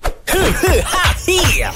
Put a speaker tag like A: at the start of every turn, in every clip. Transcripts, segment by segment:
A: 呵呵哈嘿呀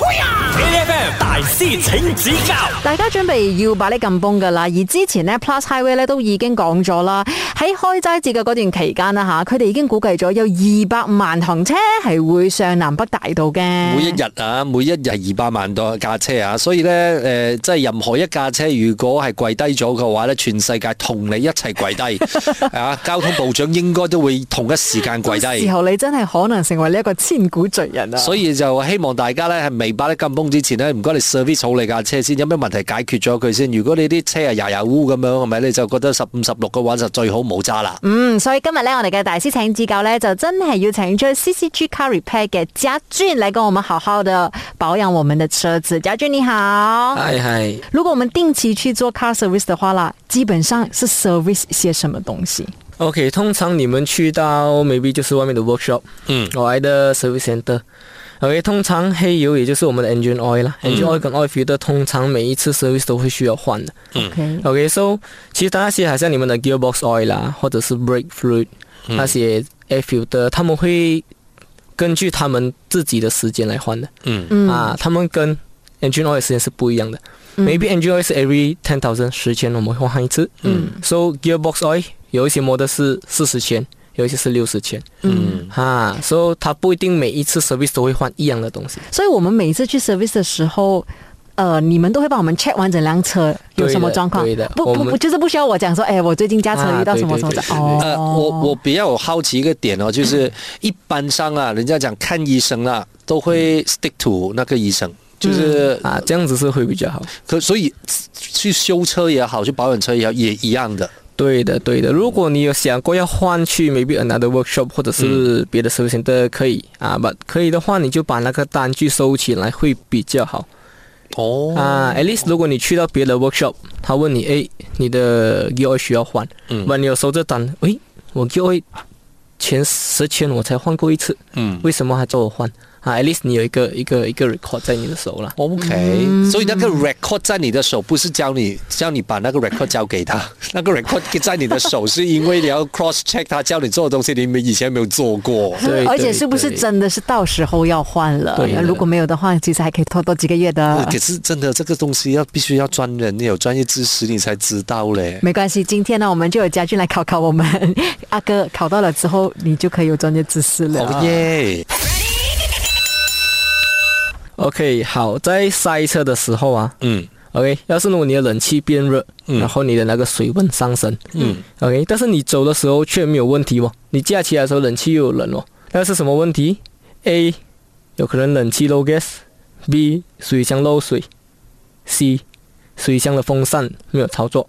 A: ！A F M 大師請指教
B: 大家準備要把呢咁崩噶啦，而之前呢 Plus Highway 咧都已經講咗啦，喺開齋節嘅嗰段期間啦吓，佢哋已經估計咗有二百萬行車係會上南北大道嘅。
C: 每一日啊，每一日二百萬多架車啊，所以咧誒、呃即係任何一架車如果係跪低咗嘅話咧，全世界同你一齊 跪低啊！交通部長應該都會同一時間跪
B: 到時
C: 低。
B: 候你真係可能成為呢一個千古罪人啊！
C: 所以就希望大家咧係未把得咁崩之前咧，唔該你 service 好你架車先，有咩問題解決咗佢先。如果你啲車係牙牙烏咁樣，係咪你就覺得十五十六嘅話就最好冇揸啦。
B: 嗯，所以今日咧，我哋嘅大師請指教咧，就真係要請出 CCG Car Repair 嘅家俊来跟我們好好的保養我們的車子。家俊你好，
A: 嗨嗨，
B: 如果我們定期去做 car service 的話啦，基本上是 service 些什麼東西？
D: OK，通常你们去到 maybe 就是外面的 workshop，
C: 嗯
D: 我来的 service center。OK，通常黑油也就是我们的 engine oil 啦、e n g i n e oil 跟 oil filter 通常每一次 service 都会需要换的。
C: 嗯
B: OK，
D: OK，so、其他那些好像你们的 gearbox oil 啦，或者是 brake fluid、那些 air filter，他们会根据他们自己的时间来换的。
C: 嗯
B: 嗯
D: 啊，他们跟 engine oil 的时间是不一样的。Maybe engine oil 是 every ten thousand 十千我们会换一次。
B: 嗯
D: ，so gearbox oil 有一些 model 是四十千，有一些是六十千。
C: 嗯，
D: 啊，so 它不一定每一次 service 都会换一样的东西。
B: 所以我们每一次去 service 的时候，呃，你们都会帮我们 check 完整辆车有什么状况
D: 对的，
B: 不
D: 我
B: 不
D: 们
B: 不，就是不需要我讲说，哎，我最近驾车
D: 啊
B: 遇到什么
D: 对
B: 什么
D: 对
B: 的
D: 对对
C: 呃，我
B: 哦，
C: 我比较有好奇一个点哦，就是一般上啊，人家讲看医生啊，都会 stick to 那个医生，就是、
D: 啊，这样子是会比较好。
C: 可所以去修车也好，去保养车也好，也一样的。
D: 对的，对的。如果你有想过要换去 maybe another workshop 或者是
C: 嗯
D: 别的 service center，可以啊，but 可以的话，你就把那个单据收起来会比较好。
C: 哦
D: 啊、a t least 如果你去到别的 workshop，他问你，诶，你的 gear oil 需要换，
C: 嗯
D: 嗯，你有收这单，诶，我 gear oil 前十千我才换过一次，
C: 嗯
D: 为什么还叫我换？啊，at least 你有一个一个一个 record 在你的手了。
C: ，OK，、所以那个 record 在你的手，不是教你叫你把那个 record 交给他， 那个 record 在你的手，是因为你要 cross check 他教你做的东西，你们以前没有做 过。
D: 对
B: 嗯而且
D: 对
B: 是不是
D: 对
B: 真的是到时候要换了呃
D: 对？的
B: 如果没有的话，其实还可以拖多几个月的。
C: 可是真的，这个东西要必须要专人，你有专业知识你才知道 嘞。
B: 没关系，今天呢，我们就有家俊来考考我们。 阿哥考到了之后，你就可以有专业知识了。
C: 好耶！
D: OK，好，在塞车的时候啊
C: 嗯
D: ，OK，要是如果你的冷气变热，
C: 嗯
D: 然后你的那个水温上升，
C: 嗯
D: ，OK，但是你走的时候却没有问题哦，你架起来的时候冷气又有冷哦，那是什么问题？A，有可能冷气漏 gas；B，水箱漏水；C，水箱的风扇没有操作。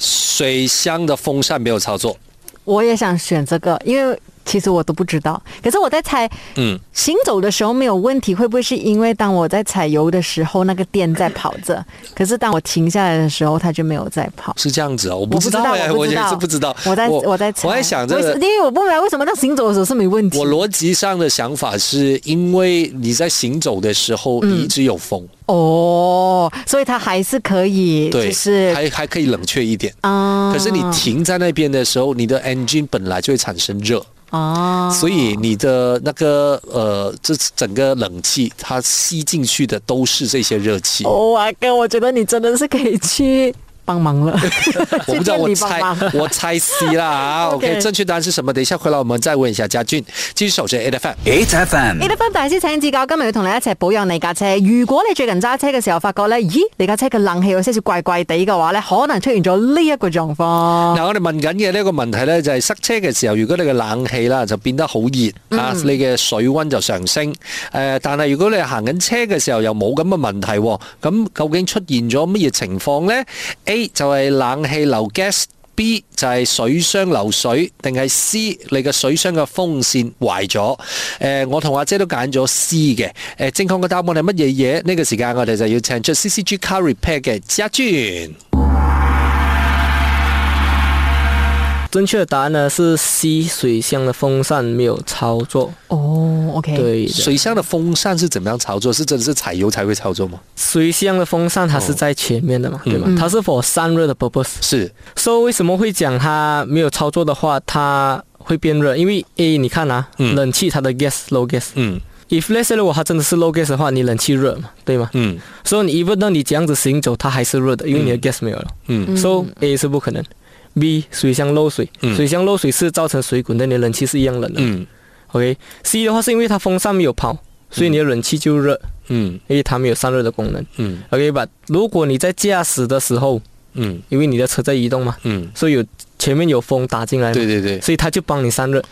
C: 水箱的风扇没有操作。
B: 我也想选这个，因为其实我都不知道。可是我在猜，
C: 嗯，
B: 行走的时候没有问题，会不会是因为当我在踩油的时候，那个电在跑着？可是当我停下来的时候，它就没有在跑。
C: 是这样子哦，我不
B: 我
C: 知道哎、
B: 我
C: 也是不知道。
B: 我在我在猜，
C: 我在想这
B: 为什
C: 个
B: 因。为我不明白为什么当行走的时候是没问题
C: 我。逻辑上的想法是因为你在行走的时候，
B: 嗯
C: 你一直有风，
B: 哦，所以它还是可以，
C: 对，
B: 就是
C: 还还可以冷却一点。
B: 啊。
C: 可是你停在那边的时候，你的 engine 本来就会产生热，
B: 啊，
C: 所以你的那个呃，这整个冷气它吸进去的都是这些热气。
B: 哦，阿哥，我觉得你真的是可以去帮忙了，
C: 我不知道，
B: 去店
C: 我
B: 里
C: 猜
B: 帮忙
C: 我猜 C 啦啊
B: OK
C: OK，正确答案是什么？等一下回来我们再问一下家俊。继续守着 A F M。
A: ，H F M
B: 你得分大師請指教，今日要同你一齊保養你架車。如果你最近揸車嘅時候發覺咧，咦，你架車嘅冷氣有些少怪怪地嘅話咧，可能出現咗呢一個狀況。
C: 嗱，我哋問緊嘅呢一個問題咧，就係塞車嘅時候，如果你嘅冷氣啦就變得好熱、啊，你嘅水温就上升。誒、但係如果你行緊車嘅時候又冇咁嘅問題喎，咁究竟出現咗乜嘢情況呢 a 就係冷氣流 gas。B 就係水箱流水，定係 C 你嘅水箱嘅風扇壞咗？誒、我同阿姐都揀咗 C 嘅。誒、正確嘅答案係乜嘢嘢？呢、個時間我哋就要請出 CCG Car Repair 嘅家俊。
D: 正确的答案呢是 C，水箱的风扇没有操作。
B: 哦，OK，，
D: 对的，
C: 水箱的风扇是怎么样操作？是真的是踩油才会操作吗？
D: 水箱的风扇
C: 哦
D: 它是在前面的嘛，对
C: 嗯
D: 吗？它是 for 散热的 purpose。
C: 是，
D: so 为什么会讲它没有操作的话，它会变热？因为 A 你看啊，
C: 嗯
D: 冷气它的 gas low gas，
C: 嗯
D: If let's say 如果它真的是 low gas 的话，你冷气热嘛，对吗？
C: 嗯
D: 所以你 even 当你这样子行走，它还是热的，因为你的 gas 没有了。
C: 嗯
D: So A 是不可能，B 水箱漏水，
C: 嗯
D: 水箱漏水是造成水滚的，你的冷气是一样冷的。
C: 嗯
D: OK，C 的话是因为它风扇没有跑，所以你的冷气就热，
C: 嗯
D: 因为它没有散热的功能。
C: 嗯
D: OK，吧？如果你在驾驶的时候，
C: 嗯
D: 因为你的车在移动嘛，
C: 嗯，
D: 所以有前面有风打进来嘛，
C: 对对对，
D: 所以它就帮你散热。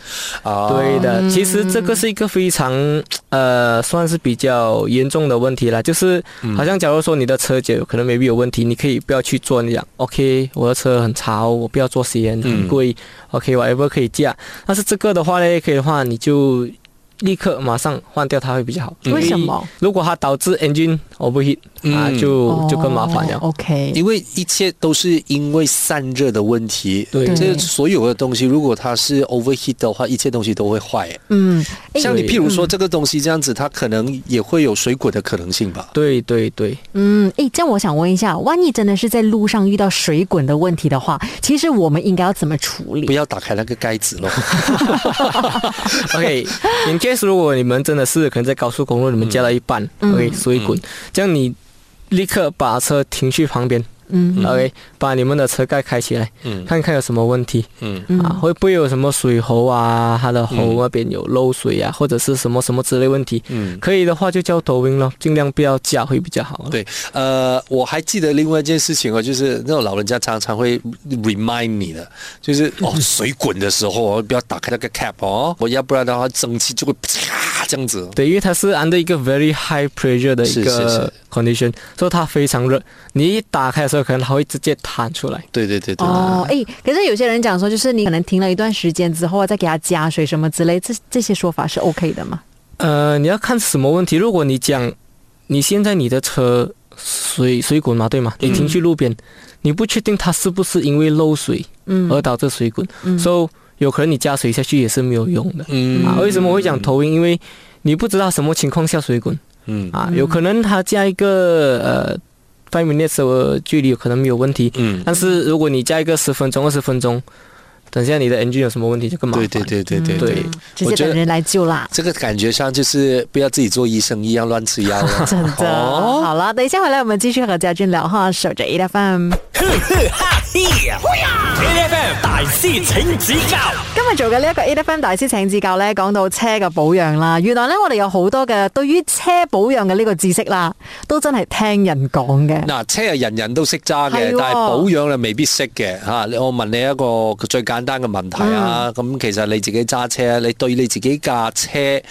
C: 啊，
D: 对
B: 嗯
D: 的，其实这个是一个非常呃，算是比较严重的问题啦。就是
C: 嗯
D: 好像假如说你的车就可能 maybe 有问题，你可以不要去做。你讲 OK，我的车很潮，我不要做烟
C: 嗯
D: 很贵、o k 我 e v e 可以驾。但是这个的话呢，可以的话你就立刻马上换掉它会比较好。
C: 嗯
B: 为什么？
D: 如果它导致 engine overheat 啊，
C: 嗯
D: 就就更麻烦了。
B: 哦 OK，
C: 因为一切都是因为散热的问题。
D: 对
C: 这所有的东西，如果它是 overheat 的话，一切东西都会坏。
B: 嗯，哎
C: 像你譬如说这个东西这样子，它可能也会有水滚的可能性吧？
D: 对对对，
B: 嗯，哎，这样我想问一下，万一真的是在路上遇到水滚的问题的话，其实我们应该要怎么处
C: 不
B: 理？
C: 要打开那个盖子咯。
D: OK，in case 如果你们真的是可能在高速公路你们加到一半、
B: 嗯
D: o k 所以滚，这样你立刻把车停去旁边、
B: 嗯
D: o k 把你们的车盖开起来，
C: 嗯
D: 看看有什么问题、
C: 嗯
D: 啊，会不会有什么水喉啊，它的喉那边有漏水啊，或者是什么什么之类问题？
C: 嗯，
D: 可以的话就叫头晕咯，尽量不要加会比较好。
C: 对，呃，我还记得另外一件事情哦，就是那种老人家常常会 remind 你的，就是哦，水滚的时候哦不要打开那个 cap 哦，我要不然的话蒸汽就会啪这样子。
D: 对，因为它是 under 一个 very high pressure 的
C: 是
D: 一
C: 是
D: 个
C: 是
D: condition，所以它非常热，你一打开的时候，可能它会直接弹出来。
C: 对对对对。
D: 啊
B: 哦，哎，可是有些人讲说，就是你可能停了一段时间之后啊，再给它加水什么之类，这这些说法是 OK 的吗？
D: 呃，你要看什么问题。如果你讲你现在你的车水水滚嘛，对吗？
C: 嗯
D: 你停去路边，你不确定它是不是因为漏水
B: 嗯
D: 而导致水滚，所以有可能你加水下去也是没有用的。
C: 嗯
D: 啊，为什么我会讲头晕？因为你不知道什么情况下水滚
C: 嗯
D: 啊，有可能它加一个呃 five minutes 的距离，有可能没有问题。
C: 嗯，
D: 但是如果你加一个十分钟、二十分钟，等下你的 engine 有什么问题就更麻烦。
C: 对对对对对
D: 对
B: 直
C: 我
B: 接
C: 觉
B: 等
C: 得
B: 人来救啦。
C: 这个感觉上就是不要自己做医生一样乱吃药啊了。
B: 真的，
C: 哦
B: 好了，等一下回来我们继续和家俊聊哈，守着 A F M。
A: A F M 大师请指教
B: 今日做嘅呢一個 A F M 大師請指教咧，講到車嘅保養啦，原來咧我哋有好多嘅對於車保養嘅呢個知識啦，都真係聽人講嘅。
C: 嗱，車啊係人人都識揸
B: 係
C: 嘅
B: 喎，
C: 但係保養你未必識嘅嚇。你我問你一個最簡單嘅問題
B: 嗯
C: 啊，咁、其實你自己揸車，你對你自己架車，誒、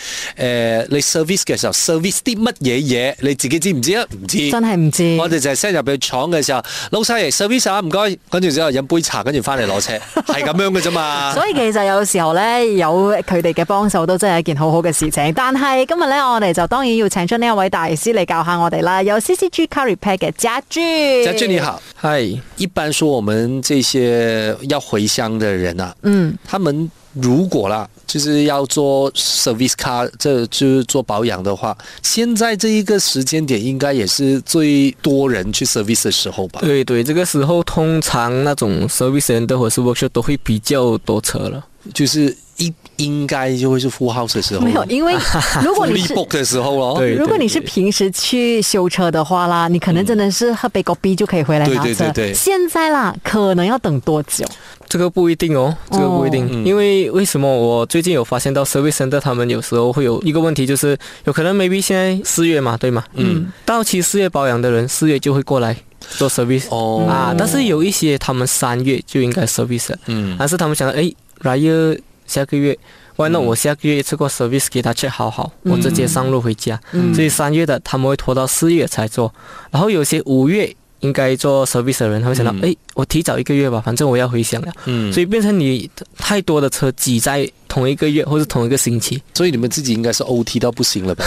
C: 你 service 嘅時候 service 啲乜嘢嘢，你自己知唔知啊？唔知。
B: 真係唔知
C: 我哋就係 send 入去廠嘅時候，老細 service 啊，唔該，跟住之後飲杯茶，跟住翻嚟攞車，係咁樣嘅啫嘛。
B: 所以其實有時候咧，有佢哋嘅幫手都真係一件好好嘅事情。但係今日咧，我哋就當然要請出呢一位大師嚟教下我哋啦。有 C C G Car Repair 嘅家俊，
C: 家俊你，好，
D: 嗨，
C: 一般說我們這些要回鄉的人啊，
B: 嗯，
C: 他们如果啦，就是要做 service car，这就是做保养的话，现在这一个时间点应该也是最多人去 service 的时候吧？
D: 对对，这个时候通常那种 service center 或是 workshop 都会比较多车了。
C: 就是一应该就会是 full house 的时候
B: 沒
C: 咯，
B: 有，因為如果你
C: fully
B: 是
C: book 的时候咯。
D: 对
B: 如果你是平时去修车的话啦，你可能真的是喝杯咖啡就可以回来拿车。
C: 对对对对
B: 现在啦，可能要等多久？
D: 这个不一定哦，这个不一定，
C: 嗯
D: 因为为什么我最近有发现到 service center 他们有时候会有一个问题，就是有可能 maybe 现在四月嘛，对吗？
C: 嗯，
D: 到期四月保养的人，四月就会过来做 service、
C: 哦，
D: 啊，但是有一些他们三月就应该 service 了，
C: 嗯
D: 但是他们想，哎，来月下个月。why not
C: 嗯
D: 我下个月一次过 service 给他 check 好好，我直接上路回家。
B: 嗯
D: 所以三月的他们会拖到四月才做，然后有些五月应该做 service 的人，他会想到，
C: 嗯
D: 哎、我提早一个月吧，反正我要回乡了，
C: 嗯，所
D: 所
C: 以
D: 以变成你太多的车挤在同一个月或是同一个星期，
C: 所以你们自己应该是 OT 到不行了吧？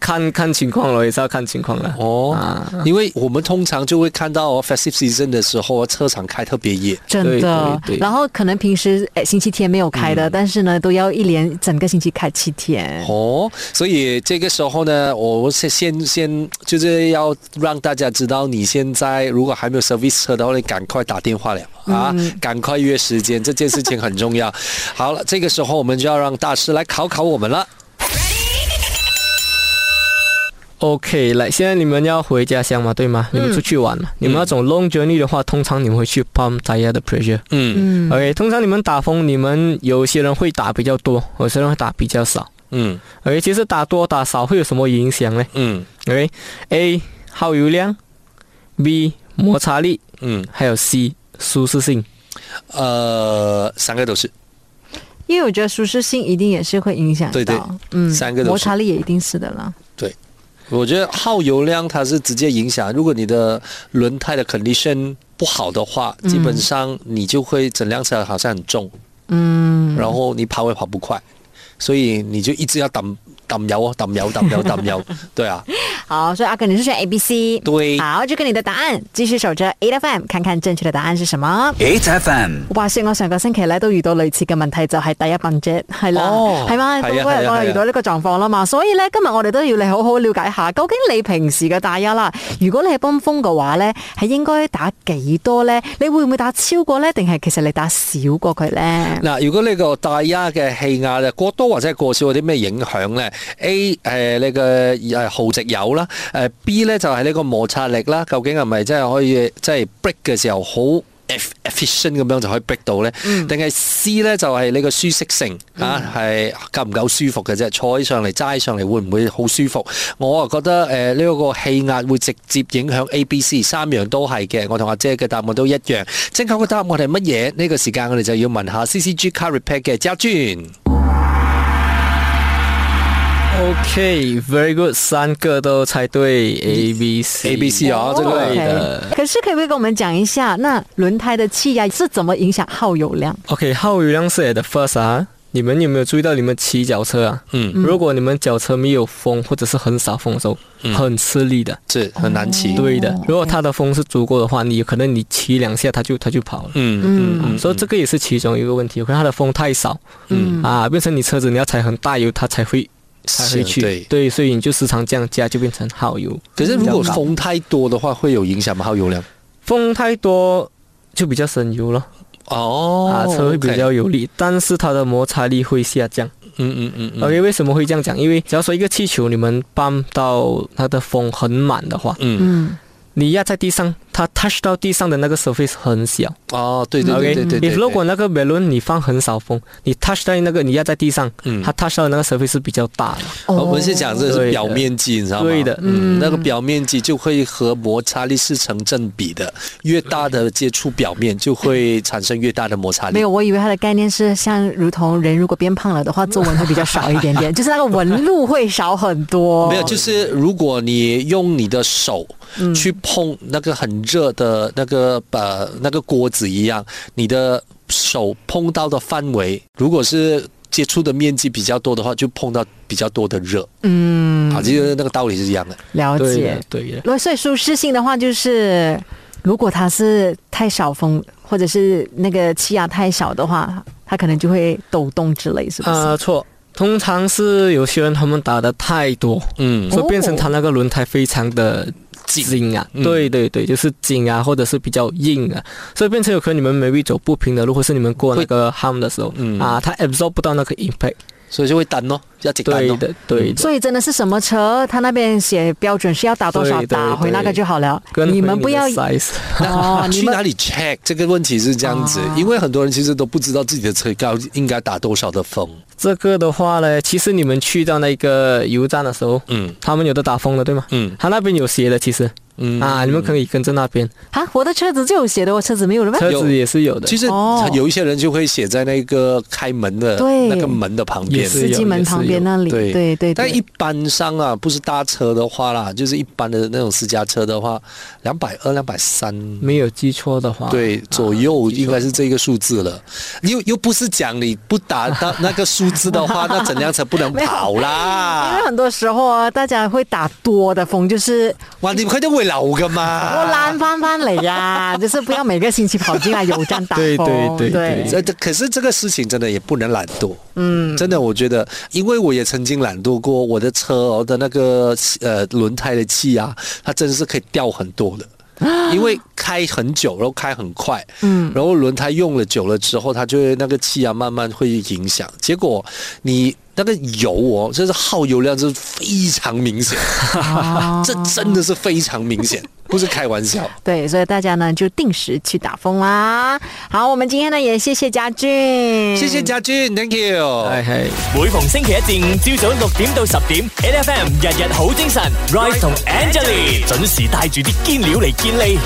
D: 看看情况了，也是要看情况了。
C: 哦，
D: 啊，
C: 因为我们通常就会看到哦，festive season 的时候，车厂开特别夜。
B: 真的，
D: 对对对
B: 然后可能平时诶星期天没有开
C: 嗯
B: 的，但是呢都要一连整个星期开七天。
C: 哦，所以这个时候呢，我先先先就是要让大家知道，你现在如果还没有 service 车的话，你赶快打电话了啊，赶快约时间，这件事情很重要。好了，这个时候我们就要让大师来考考我们了。
D: OK，来，现在你们要回家乡嘛，对吗？
C: 嗯
D: 你们出去玩嘛，你们那种 long journey 的话，通常你们会去 pump tire 的 pressure。
C: 嗯
B: 嗯
D: OK，通常你们打风，你们有些人会打比较多，有些人会打比较少。
C: 嗯
D: OK，其实打多打少会有什么影响呢
C: 嗯
D: ？OK，A 耗油量，B 摩擦力，
C: 嗯，
D: 还有 C 舒适性。
C: 呃，三个都是，
B: 因为我觉得舒适性一定也是会影响到，
C: 对对
B: 嗯，
C: 三个都是
B: 摩擦力也一定是的啦。
C: 对。我觉得耗油量它是直接影响，如果你的轮胎的 condition 不好的话，基本上你就会整辆车好像很重，
B: 嗯，
C: 然后你跑也跑不快，所以你就一直要挡挡油哦，挡油，挡油，挡油，对啊，
B: 好，所以阿哥你是选 A、B、C，
C: 对
B: 好，这个你的答案，继续守着 A F M，看看正确的答案是什么。
A: ，8 FM，
B: 話説我上個星期咧都遇到類似嘅問題，就係、第一笨啫，係啦，
C: 哦
B: 係嘛、
C: 係啊
B: 都我
C: 係啊係啊
B: 哋遇到呢個狀況啦嘛，所以咧今日我哋都要你好好了解下，究竟你平時嘅打一啦，如果你係泵風嘅話咧，係應該打幾多咧？你會唔會打超過咧？定係其實你打少過佢咧？
C: 嗱，如果呢個大丫嘅氣壓咧過多或者係過少有啲咩影響咧？A 誒、你嘅誒耗值油啦，誒、B 咧就係呢個摩擦力啦，究竟係咪真係可以即係 break 嘅時候好 eff- efficient 咁樣就可以 break 到咧？定係、C 咧就係你個舒適性啊，係夠唔夠舒服嘅啫？坐起上嚟齋上嚟會唔會好舒服？我啊覺得誒呢一個氣壓會直接影響 A、B、C 三樣都係嘅，我同阿姐嘅答案都一樣。正確嘅答案係乜嘢？呢、個時間我哋就要問下 CCG Car Repair 嘅家俊。
D: OK，very、good，三个都猜对，A、B、C、
C: A B C 啊
B: 哦
C: 这个
B: OK
D: 的
B: 可是可不可以跟我們講一下，那輪胎的氣壓是怎麼影響耗油量？
D: OK，耗油量是 at the first 啊。你们有没有注意到你们骑脚车啊？
C: 嗯，
D: 如果你们脚车没有风或者是很少风的时候，
C: 嗯
D: 很吃力的。
C: 是很难骑。
D: 对的，如果它的风是足够的话，你有可能你骑两下它就它就跑了。
C: 嗯
D: 嗯，所以这个也是其中一个问题，可能它的风太少，嗯啊，变成你车子你要踩很大油，它才会才会
C: 是
D: 去，
C: 对
D: 所以你就时常这样加，就变成耗油。
C: 可是如果风太多的话，会有影响吗？耗油量？
D: 风太多就比较省油了，
C: 哦
D: 啊，车会比
C: OK
D: 较有力，但是它的摩擦力会下降。
C: 嗯嗯嗯嗯
D: OK，为什么会这样讲？因为假如说一个气球你们搬到它的风很满的话，
C: 嗯，
B: 嗯，
D: 你压在地上，它 touch 到地上的那个 surface 很小。
C: 哦，对对
D: OK，
C: 对对对对。
D: 如果那个 balloon 你放很少风，你 touch 到那个你压在地上，
C: 嗯
D: 它 touch 到那个 surface 是比较大的。
C: 我们是讲这
D: 对
C: 是
D: 的
C: 表面积，你知道吗？
D: 对的
C: 嗯，那个表面积就会和摩擦力是成正比的，越大的接触表面就会产生越大的摩擦力。
B: 没有，我以为它的概念是像，如同人如果变胖了的话，皱纹会比较少一点点， 就是那个纹路会少很多。
C: 没有，就是如果你用你的手去碰那个很热的那个呃那个锅子一样，你的手碰到的范围，如果是接触的面积比较多的话，就碰到比较多的热。嗯，啊，其实那个道理是一样的。
B: 了
D: 对
B: 解
D: 的，。对的。
B: 所以舒适性的话，就是如果它是太少风，或者是那个气压太小的话，它可能就会抖动之类，是不是？
D: 啊，错，通常是有些人他们打的太多，
C: 嗯
D: 所以变成他那个轮胎非常的紧啊，
C: 嗯
D: 对对对，就是紧啊，或者是比较硬啊，所以变成有可能你们 maybe 走不平的路，或是你们过那个 harm 的时候，
C: 嗯
D: 啊，它 absorb 不到那个 impact，
C: 所以就会单咯，要简单
D: 对
C: 咯。
D: 的对的。
C: 嗯
B: 所以真的是什么车，它那边写标准是要打多少，
D: 对对
B: 打回那个
D: 对
B: 就好了。
D: 跟
B: 你
D: 回
B: 们不
D: 的
B: 要
D: size，
B: 哦， 你
C: 去
B: 们
C: 哪里 check 这个问题是这样子，因为很多人其实都不知道自己的车高应该打多少的风。
D: 这个的话呢，其实你们去到那个油站的时候，
C: 嗯
D: 他们有的打风的，对吗？
C: 嗯
D: 他那边有斜的，其实
C: 嗯
D: 啊，你们可以跟着那边，
B: 啊，我的车子就有写的，我车子没有了吗？
D: 车
C: 有
D: 子也是有的，
C: 其实
B: 哦
C: 有一些人就会写在那个开门的
B: 对
C: 那个门的旁边
D: 也，
B: 司
D: 是
B: 机门旁边那里，
C: 对
B: 对对。
C: 但
B: 对
C: 一般上啊，不是大车的话啦，就是一般的那种私家车的话，两百二、两百三，
D: 没有记错的话，
C: 对，左右应该是这个数字了。又又不是讲你不 打那那个数字的话，那整辆车不能跑
B: 因为
C: 啦。
B: 很多时候啊，大家会打多的风，就是
C: 哇，你佢都會流噶嘛？
B: 我懒翻翻嚟呀，就是不要每个星期跑进来油站打风。
D: 对对对对
C: 这这可是这个事情真的也不能懒惰，嗯，真的我觉得，因为我也曾经懒惰过，我的车哦的那个呃轮胎的气压，它真的是可以掉很多 的。因为开很久，然后开很快，嗯，啊然后轮胎用了久了之后，它就会那个气压慢慢会影响。结果你那个油哦，就是耗油量是非常明 显，这真的是非常明显，不是开玩笑。
B: 对，所以大家呢就定时去打风啦。好，我们今天呢也谢谢家俊，
C: 谢谢家俊，Thank you。
D: 系系。
A: 每逢星期一至五朝早六點到十點，N F M 日日好精神，Rise 同 Angelie 準時帶住啲堅料嚟健利。